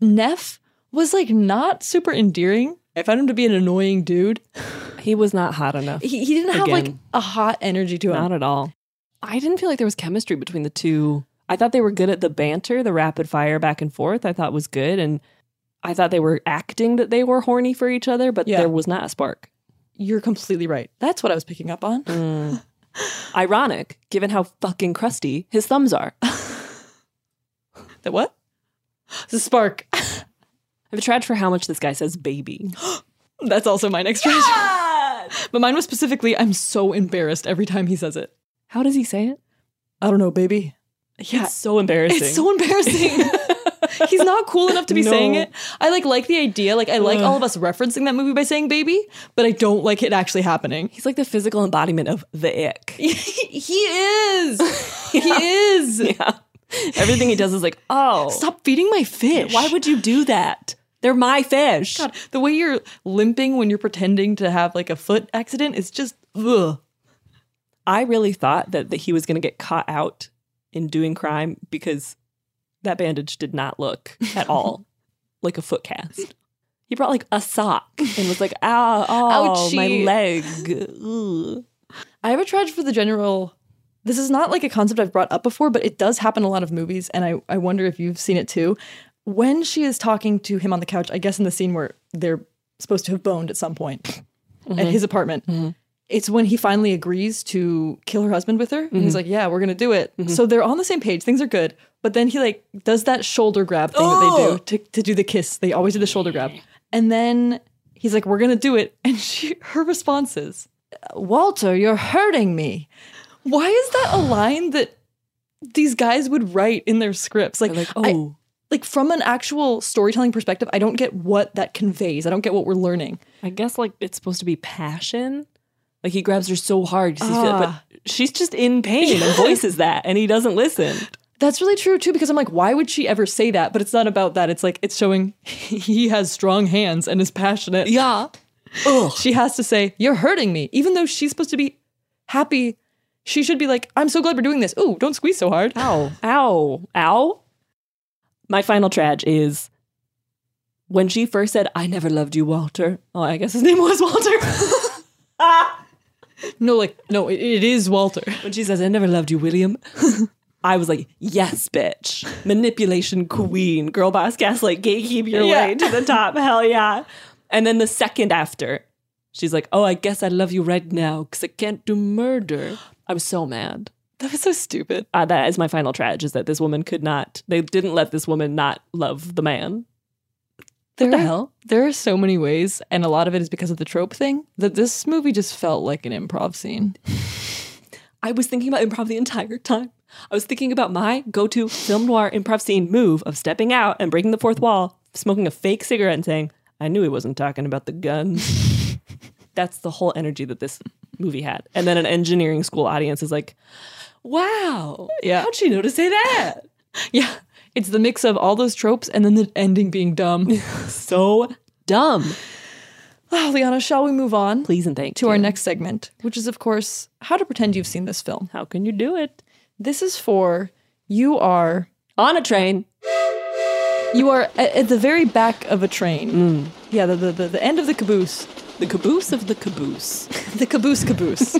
Speaker 9: Neff was like not super endearing. I found him to be an annoying dude.
Speaker 7: He was not hot enough.
Speaker 9: He, he didn't have like
Speaker 7: Again.
Speaker 9: a hot energy to him.
Speaker 7: Not at all. I didn't feel like there was chemistry between the two. I thought they were good at the banter, the rapid fire back and forth. I thought was good, and I thought they were acting that they were horny for each other, but
Speaker 9: Yeah.
Speaker 7: there was not a spark.
Speaker 9: You're completely right. That's what I was picking up on.
Speaker 7: Mm. Ironic, given how fucking crusty his thumbs are.
Speaker 9: That what? The spark.
Speaker 7: I've tried for how much this guy says baby.
Speaker 9: That's also my next tragedy. but mine was specifically, I'm so embarrassed every time he says it.
Speaker 7: How does he say it?
Speaker 9: I don't know, baby. Yeah.
Speaker 7: It's so embarrassing.
Speaker 9: It's so embarrassing. He's not cool enough to be
Speaker 7: No.
Speaker 9: saying it. I like like the idea. Like I like
Speaker 7: Ugh.
Speaker 9: all of us referencing that movie by saying baby, but I don't like it actually happening.
Speaker 7: He's like the physical embodiment of the ick.
Speaker 9: He is. He is.
Speaker 7: Yeah. Everything he does is like, oh.
Speaker 9: Stop feeding my fish.
Speaker 7: Why would you do that? They're my fish.
Speaker 9: God, the way you're limping when you're pretending to have like a foot accident is just ugh.
Speaker 7: I really thought that, that he was going to get caught out in doing crime because that bandage did not look at all like a foot cast. He brought like a sock and was like, "Ah, oh, my
Speaker 9: Ouchie.
Speaker 7: leg."
Speaker 9: I have a charge for the general. This is not like a concept I've brought up before, but it does happen in a lot of movies, and I, I wonder if you've seen it too. When she is talking to him on the couch, I guess in the scene where they're supposed to have boned at some point at
Speaker 7: Mm-hmm.
Speaker 15: Mhm.
Speaker 9: his apartment, it's when he finally agrees to kill her husband with her. And
Speaker 7: Mm-hmm.
Speaker 9: he's
Speaker 15: Mhm.
Speaker 9: like, Yeah, we're going to do it. So they're on the same page, things are good. But then he like does that shoulder grab thing
Speaker 15: Oh!
Speaker 9: that they do to, to do the kiss. They always do the shoulder grab. And then he's like, We're going to do it. And she, her response is, Walter, you're hurting me. Why is that a line that these guys would write in their scripts? Like, oh. like from an actual storytelling perspective, I don't get what that conveys. I don't get what we're learning.
Speaker 7: I guess like it's supposed to be passion. Like he grabs her so hard, 'cause he's feel-
Speaker 9: Ah.
Speaker 7: but she's just in pain and voices that, and he doesn't listen.
Speaker 9: That's really true too, because I'm like, why would she ever say that? But it's not about that. It's like it's showing he has strong hands and is passionate.
Speaker 7: Yeah.
Speaker 9: She has to say, You're hurting me. Even though she's supposed to be happy, she should be like, I'm so glad we're doing this. Ooh, don't squeeze so hard.
Speaker 7: Ow. Ow. Ow. My final trage is when she first said, I never loved you, Walter. Oh, I guess his name was Walter.
Speaker 9: no, like, no, it, it is Walter.
Speaker 7: When she says, I never loved you, William, I was like, yes, bitch. Manipulation queen, girl boss, gaslight, gatekeep your
Speaker 15: Yeah.
Speaker 7: way to the top. Hell yeah. And then the second after, she's like, oh, I guess I love you right now because I can't do murder. I was so mad.
Speaker 9: That was so stupid.
Speaker 7: Uh, that is my final trage is that this woman could not, they didn't let this woman not love the man.
Speaker 9: There the hell? There are so many ways, and a lot of it is because of the trope thing, that this movie just felt like an improv scene.
Speaker 7: I was thinking about improv the entire time. I was thinking about my go to film noir improv scene move of stepping out and breaking the fourth wall, smoking a fake cigarette and saying, I knew he wasn't talking about the guns. That's the whole energy that this movie had. And then an engineering school audience is like, wow,
Speaker 9: Yeah.
Speaker 7: how'd she know to say that?
Speaker 9: yeah. It's the mix of all those tropes and then the ending being dumb.
Speaker 7: so dumb.
Speaker 9: Oh, Liana, shall we move on?
Speaker 7: Please and thank
Speaker 9: to our next segment, which is, of course, how to pretend you've seen this film.
Speaker 7: How can you do it?
Speaker 9: This is for you are
Speaker 7: on a train.
Speaker 9: You are at, at the very back of a train. Yeah, the, the, the, the end of the caboose.
Speaker 7: Mm. The caboose of the caboose.
Speaker 9: the caboose caboose.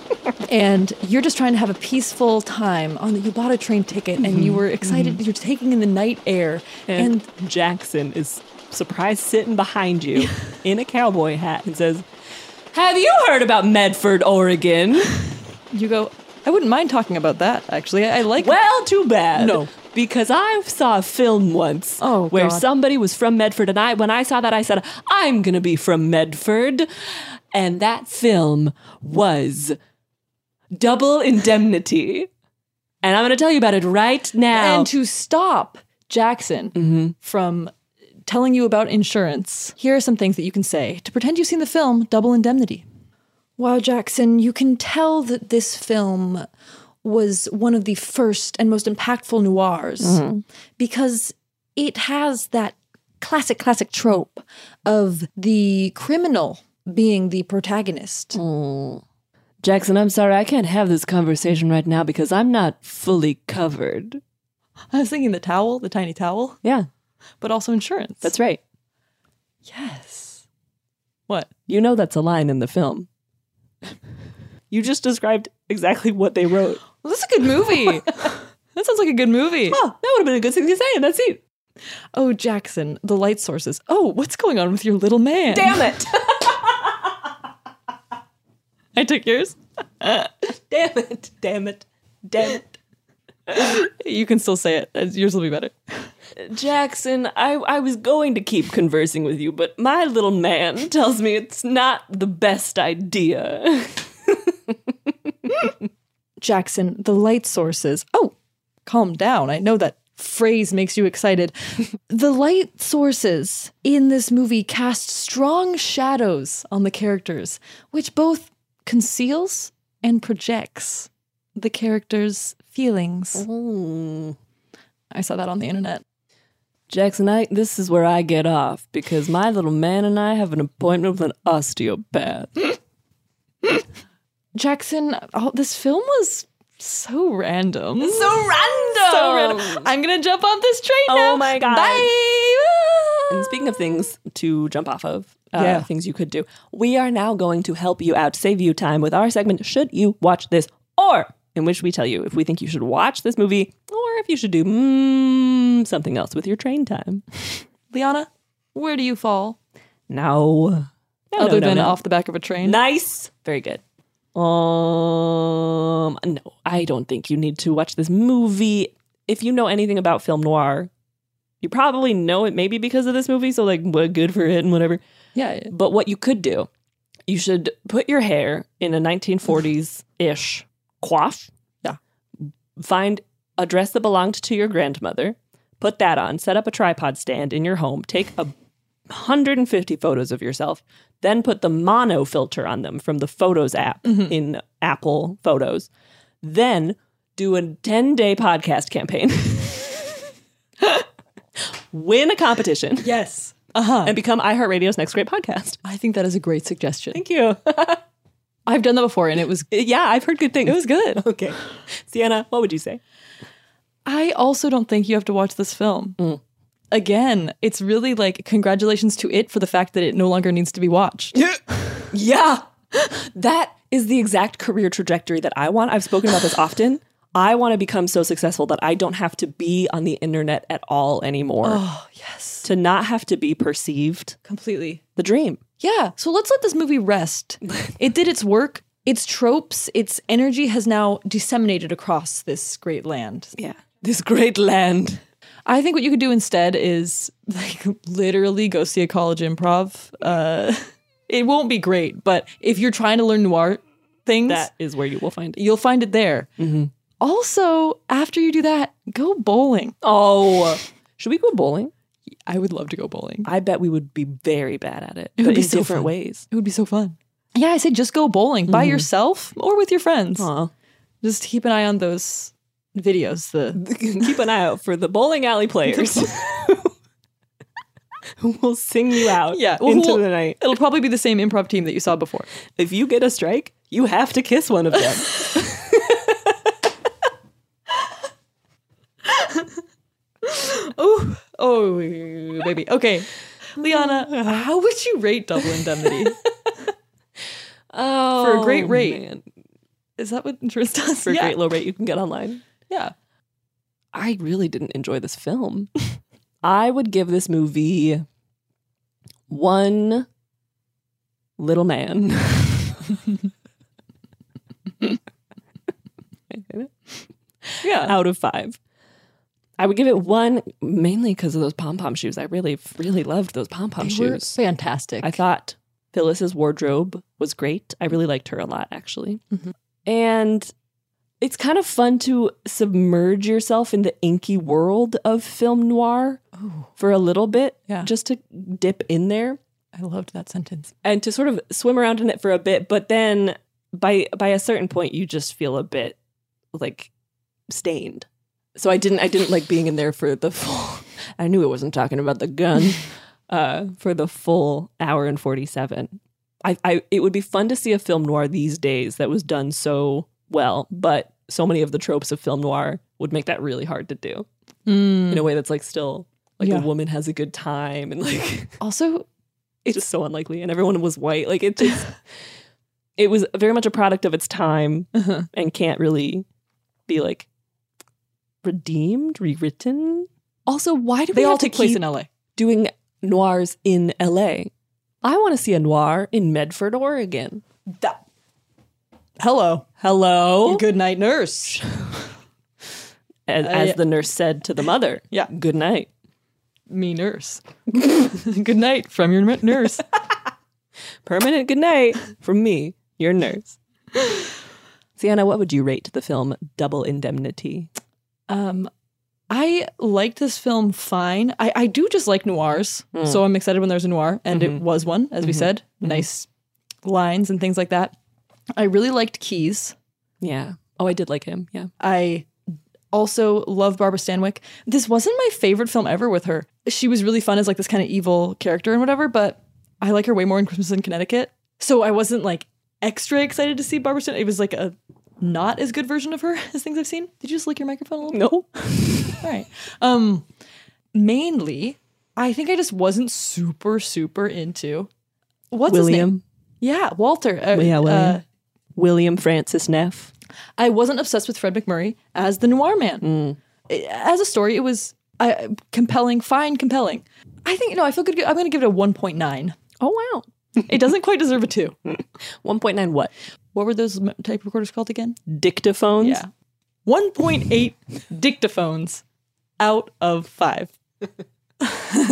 Speaker 9: and you're just trying to have a peaceful time on the, you bought a train ticket and you
Speaker 7: Mhm,
Speaker 9: were excited. You're taking in the night air.
Speaker 7: And, Jackson is surprised sitting behind you in a cowboy hat and says, Have you heard about Medford, Oregon?
Speaker 9: You go, I wouldn't mind talking about that, actually. I, I like
Speaker 7: Well, too bad.
Speaker 9: No.
Speaker 7: Because I saw a film once
Speaker 9: Oh,
Speaker 7: where
Speaker 9: God.
Speaker 7: somebody was from Medford, and I when I saw that I said, I'm gonna be from Medford. And that film was Double Indemnity. And I'm gonna tell you about it right now.
Speaker 9: And to stop Jackson from telling you about insurance, here are some things that you can say to pretend you've seen the film Double Indemnity. Wow, Jackson, you can tell that this film was one of the first and most impactful noirs
Speaker 7: Mm-hmm.
Speaker 15: Mhm.
Speaker 9: because it has that classic, classic trope of the criminal being the protagonist.
Speaker 7: Mm. Jackson, I'm sorry, I can't have this conversation right now because I'm not fully covered.
Speaker 9: I was thinking the towel, the tiny towel.
Speaker 7: Yeah.
Speaker 9: But also insurance.
Speaker 7: That's right.
Speaker 9: Yes. What?
Speaker 7: You know that's a line in the film. you just described exactly what they wrote.
Speaker 9: Well, that's a good movie. that sounds like a good movie.
Speaker 7: Oh, that would have been a good thing to say. That's it.
Speaker 9: Oh, Jackson, the light sources. Oh, what's going on with your little man?
Speaker 7: Damn it.
Speaker 9: I took yours.
Speaker 7: damn it. Damn it. Damn it.
Speaker 9: You can still say it. Yours will be better.
Speaker 7: Jackson, I, I was going to keep conversing with you, but my little man tells me it's not the best idea.
Speaker 9: Jackson, the light sources. Oh, calm down. I know that phrase makes you excited. the light sources in this movie cast strong shadows on the characters, which both conceals and projects the characters' feelings. I saw that on the internet.
Speaker 7: Jackson, I, this is where I get off because my little man and I have an appointment with an osteopath.
Speaker 9: Jackson, oh, this film was so random.
Speaker 4: So random.
Speaker 9: So random. I'm going to jump on this train now.
Speaker 7: Oh my god.
Speaker 9: Bye.
Speaker 7: And speaking of things to jump off of, uh,
Speaker 9: Yeah.
Speaker 7: things you could do, we are now going to help you out, save you time with our segment Should You Watch This Or? In which we tell you if we think you should watch this movie or if you should do mm, something else with your train time.
Speaker 9: Liana, where do you fall?
Speaker 7: No. No,
Speaker 9: Other
Speaker 7: no,
Speaker 9: than
Speaker 7: no.
Speaker 9: off the back of a train.
Speaker 7: Nice. Very good. Um, no, I don't think you need to watch this movie. If you know anything about film noir, you probably know it maybe because of this movie. So like, what good for it and whatever.
Speaker 9: Yeah.
Speaker 7: But what you could do, you should put your hair in a 1940s ish coif.
Speaker 9: Yeah.
Speaker 7: Find a dress that belonged to your grandmother. Put that on. Set up a tripod stand in your home. Take a 150 photos of yourself, then put the mono filter on them from the Photos app
Speaker 9: Mhm.
Speaker 7: in Apple Photos, then do a 10 day podcast campaign, win a competition.
Speaker 9: Yes. Uh-huh.
Speaker 7: And become iHeartRadio's next great podcast.
Speaker 9: I think that is a great suggestion.
Speaker 7: Thank you.
Speaker 9: I've done that before and it was
Speaker 7: Yeah, I've heard good things.
Speaker 9: It was good.
Speaker 7: Okay. Sienna, what would you say?
Speaker 9: I also don't think you have to watch this film.
Speaker 7: Mm.
Speaker 9: Again, it's really like congratulations to it for the fact that it no longer needs to be watched.
Speaker 7: Yeah. Yeah. That is the exact career trajectory that I want. I've spoken about this often. I want to become so successful that I don't have to be on the internet at all anymore.
Speaker 9: Oh, yes.
Speaker 7: To not have to be perceived.
Speaker 9: Completely.
Speaker 7: The dream.
Speaker 9: Yeah. So let's let this movie rest. it did its work. Its tropes, its energy has now disseminated across this great land.
Speaker 7: Yeah. This great land.
Speaker 9: I think what you could do instead is like literally go see a college improv. Uh, it won't be great, but if you're trying to learn noir things,
Speaker 7: That is where you will find it.
Speaker 9: you'll find it there.
Speaker 7: Mm-hmm.
Speaker 9: Also, after you do that, go bowling.
Speaker 7: Oh, should we go bowling?
Speaker 9: I would love to go bowling.
Speaker 7: I bet we would be very bad at it,
Speaker 9: It would
Speaker 7: but
Speaker 9: be
Speaker 7: in
Speaker 9: so
Speaker 7: different
Speaker 9: fun.
Speaker 7: ways.
Speaker 9: It would be so fun. Yeah, I say just go bowling by
Speaker 7: Mhm.
Speaker 9: yourself or with your friends.
Speaker 7: Aw.
Speaker 9: Just keep an eye on those videos. The
Speaker 7: Keep an eye out for the bowling alley players. we'll sing you out
Speaker 9: yeah
Speaker 7: into
Speaker 9: we'll-
Speaker 7: the night.
Speaker 9: It'll probably be the same improv team that you saw before.
Speaker 7: If you get a strike, you have to kiss one of them.
Speaker 9: Oh, oh, baby. Okay, Liana, how would you rate Double Indemnity?
Speaker 7: Oh,
Speaker 9: For a great rate.
Speaker 7: man.
Speaker 9: Is that what interest does?
Speaker 7: For a
Speaker 9: yeah.
Speaker 7: great low rate you can get online.
Speaker 9: yeah.
Speaker 7: I really didn't enjoy this film. I would give this movie one little man.
Speaker 9: Yeah.
Speaker 7: Out of five. I would give it one mainly because of those pom pom shoes. I really, really loved those pom pom
Speaker 9: They were
Speaker 7: shoes.
Speaker 9: fantastic.
Speaker 7: I thought Phyllis's wardrobe was great. I really liked her a lot, actually.
Speaker 9: Mm-hmm.
Speaker 7: And it's kind of fun to submerge yourself in the inky world of film noir for a little bit,
Speaker 9: Yeah.
Speaker 7: just to dip in there
Speaker 9: I loved that sentence.
Speaker 7: and to sort of swim around in it for a bit. But then by by a certain point, you just feel a bit like stained. So I didn't I didn't like being in there for the full. I knew it wasn't talking about the gun uh, for the full hour and forty seven. I, I it would be fun to see a film noir these days that was done so well, but so many of the tropes of film noir would make that really hard to do in a way that's like still like
Speaker 9: Yeah.
Speaker 7: a woman has a good time and like
Speaker 9: Also,
Speaker 7: it's just so unlikely and everyone was white like it just it was very much a product of its time and can't really be like redeemed rewritten also why do
Speaker 9: they
Speaker 7: we
Speaker 9: all
Speaker 7: have to
Speaker 9: take place
Speaker 7: keep
Speaker 9: in LA.
Speaker 7: doing noirs in la i want to see a noir in medford oregon
Speaker 9: Hello.
Speaker 7: hello
Speaker 9: Good night, nurse.
Speaker 7: as,
Speaker 9: I-
Speaker 7: as the nurse said to the mother
Speaker 9: Yeah.
Speaker 7: good night
Speaker 9: Me, nurse. Good night from your n- nurse.
Speaker 7: permanent good night from me your nurse sienna what would you rate the film double indemnity
Speaker 9: Um, I liked this film fine. I, I do just like noirs, so I'm excited when there's a noir, and it was one, as we said. Nice lines and things like that. I really liked Keys.
Speaker 7: yeah oh i did like him yeah
Speaker 9: I also love Barbara Stanwyck. This wasn't my favorite film ever with her. She was really fun as like this kind of evil character and whatever, but I like her way more in Christmas in Connecticut. So I wasn't like extra excited to see Barbara Stan- It was like a not as good version of her as things I've seen. Did you just lick your microphone a little?
Speaker 7: No.
Speaker 9: All right. Um, mainly, I think I just wasn't super super into what's His name?
Speaker 7: William.
Speaker 9: Yeah, Walter. Uh,
Speaker 7: yeah, William.
Speaker 9: uh,
Speaker 7: William Francis Neff.
Speaker 9: I wasn't obsessed with Fred McMurray as the noir man.
Speaker 7: Mm.
Speaker 9: I- As a story, it was uh, compelling, fine, compelling. I think, no, I feel good. I'm going to give it a 1.9.
Speaker 7: Oh, wow.
Speaker 9: it doesn't quite deserve a 2.
Speaker 7: 1.9 what?
Speaker 9: What were those m- tape recorders called again?
Speaker 7: Dictaphones.
Speaker 9: Yeah. 1.8 dictaphones out of 5.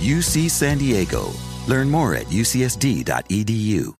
Speaker 16: UC San Diego. Learn more at ucsd.edu.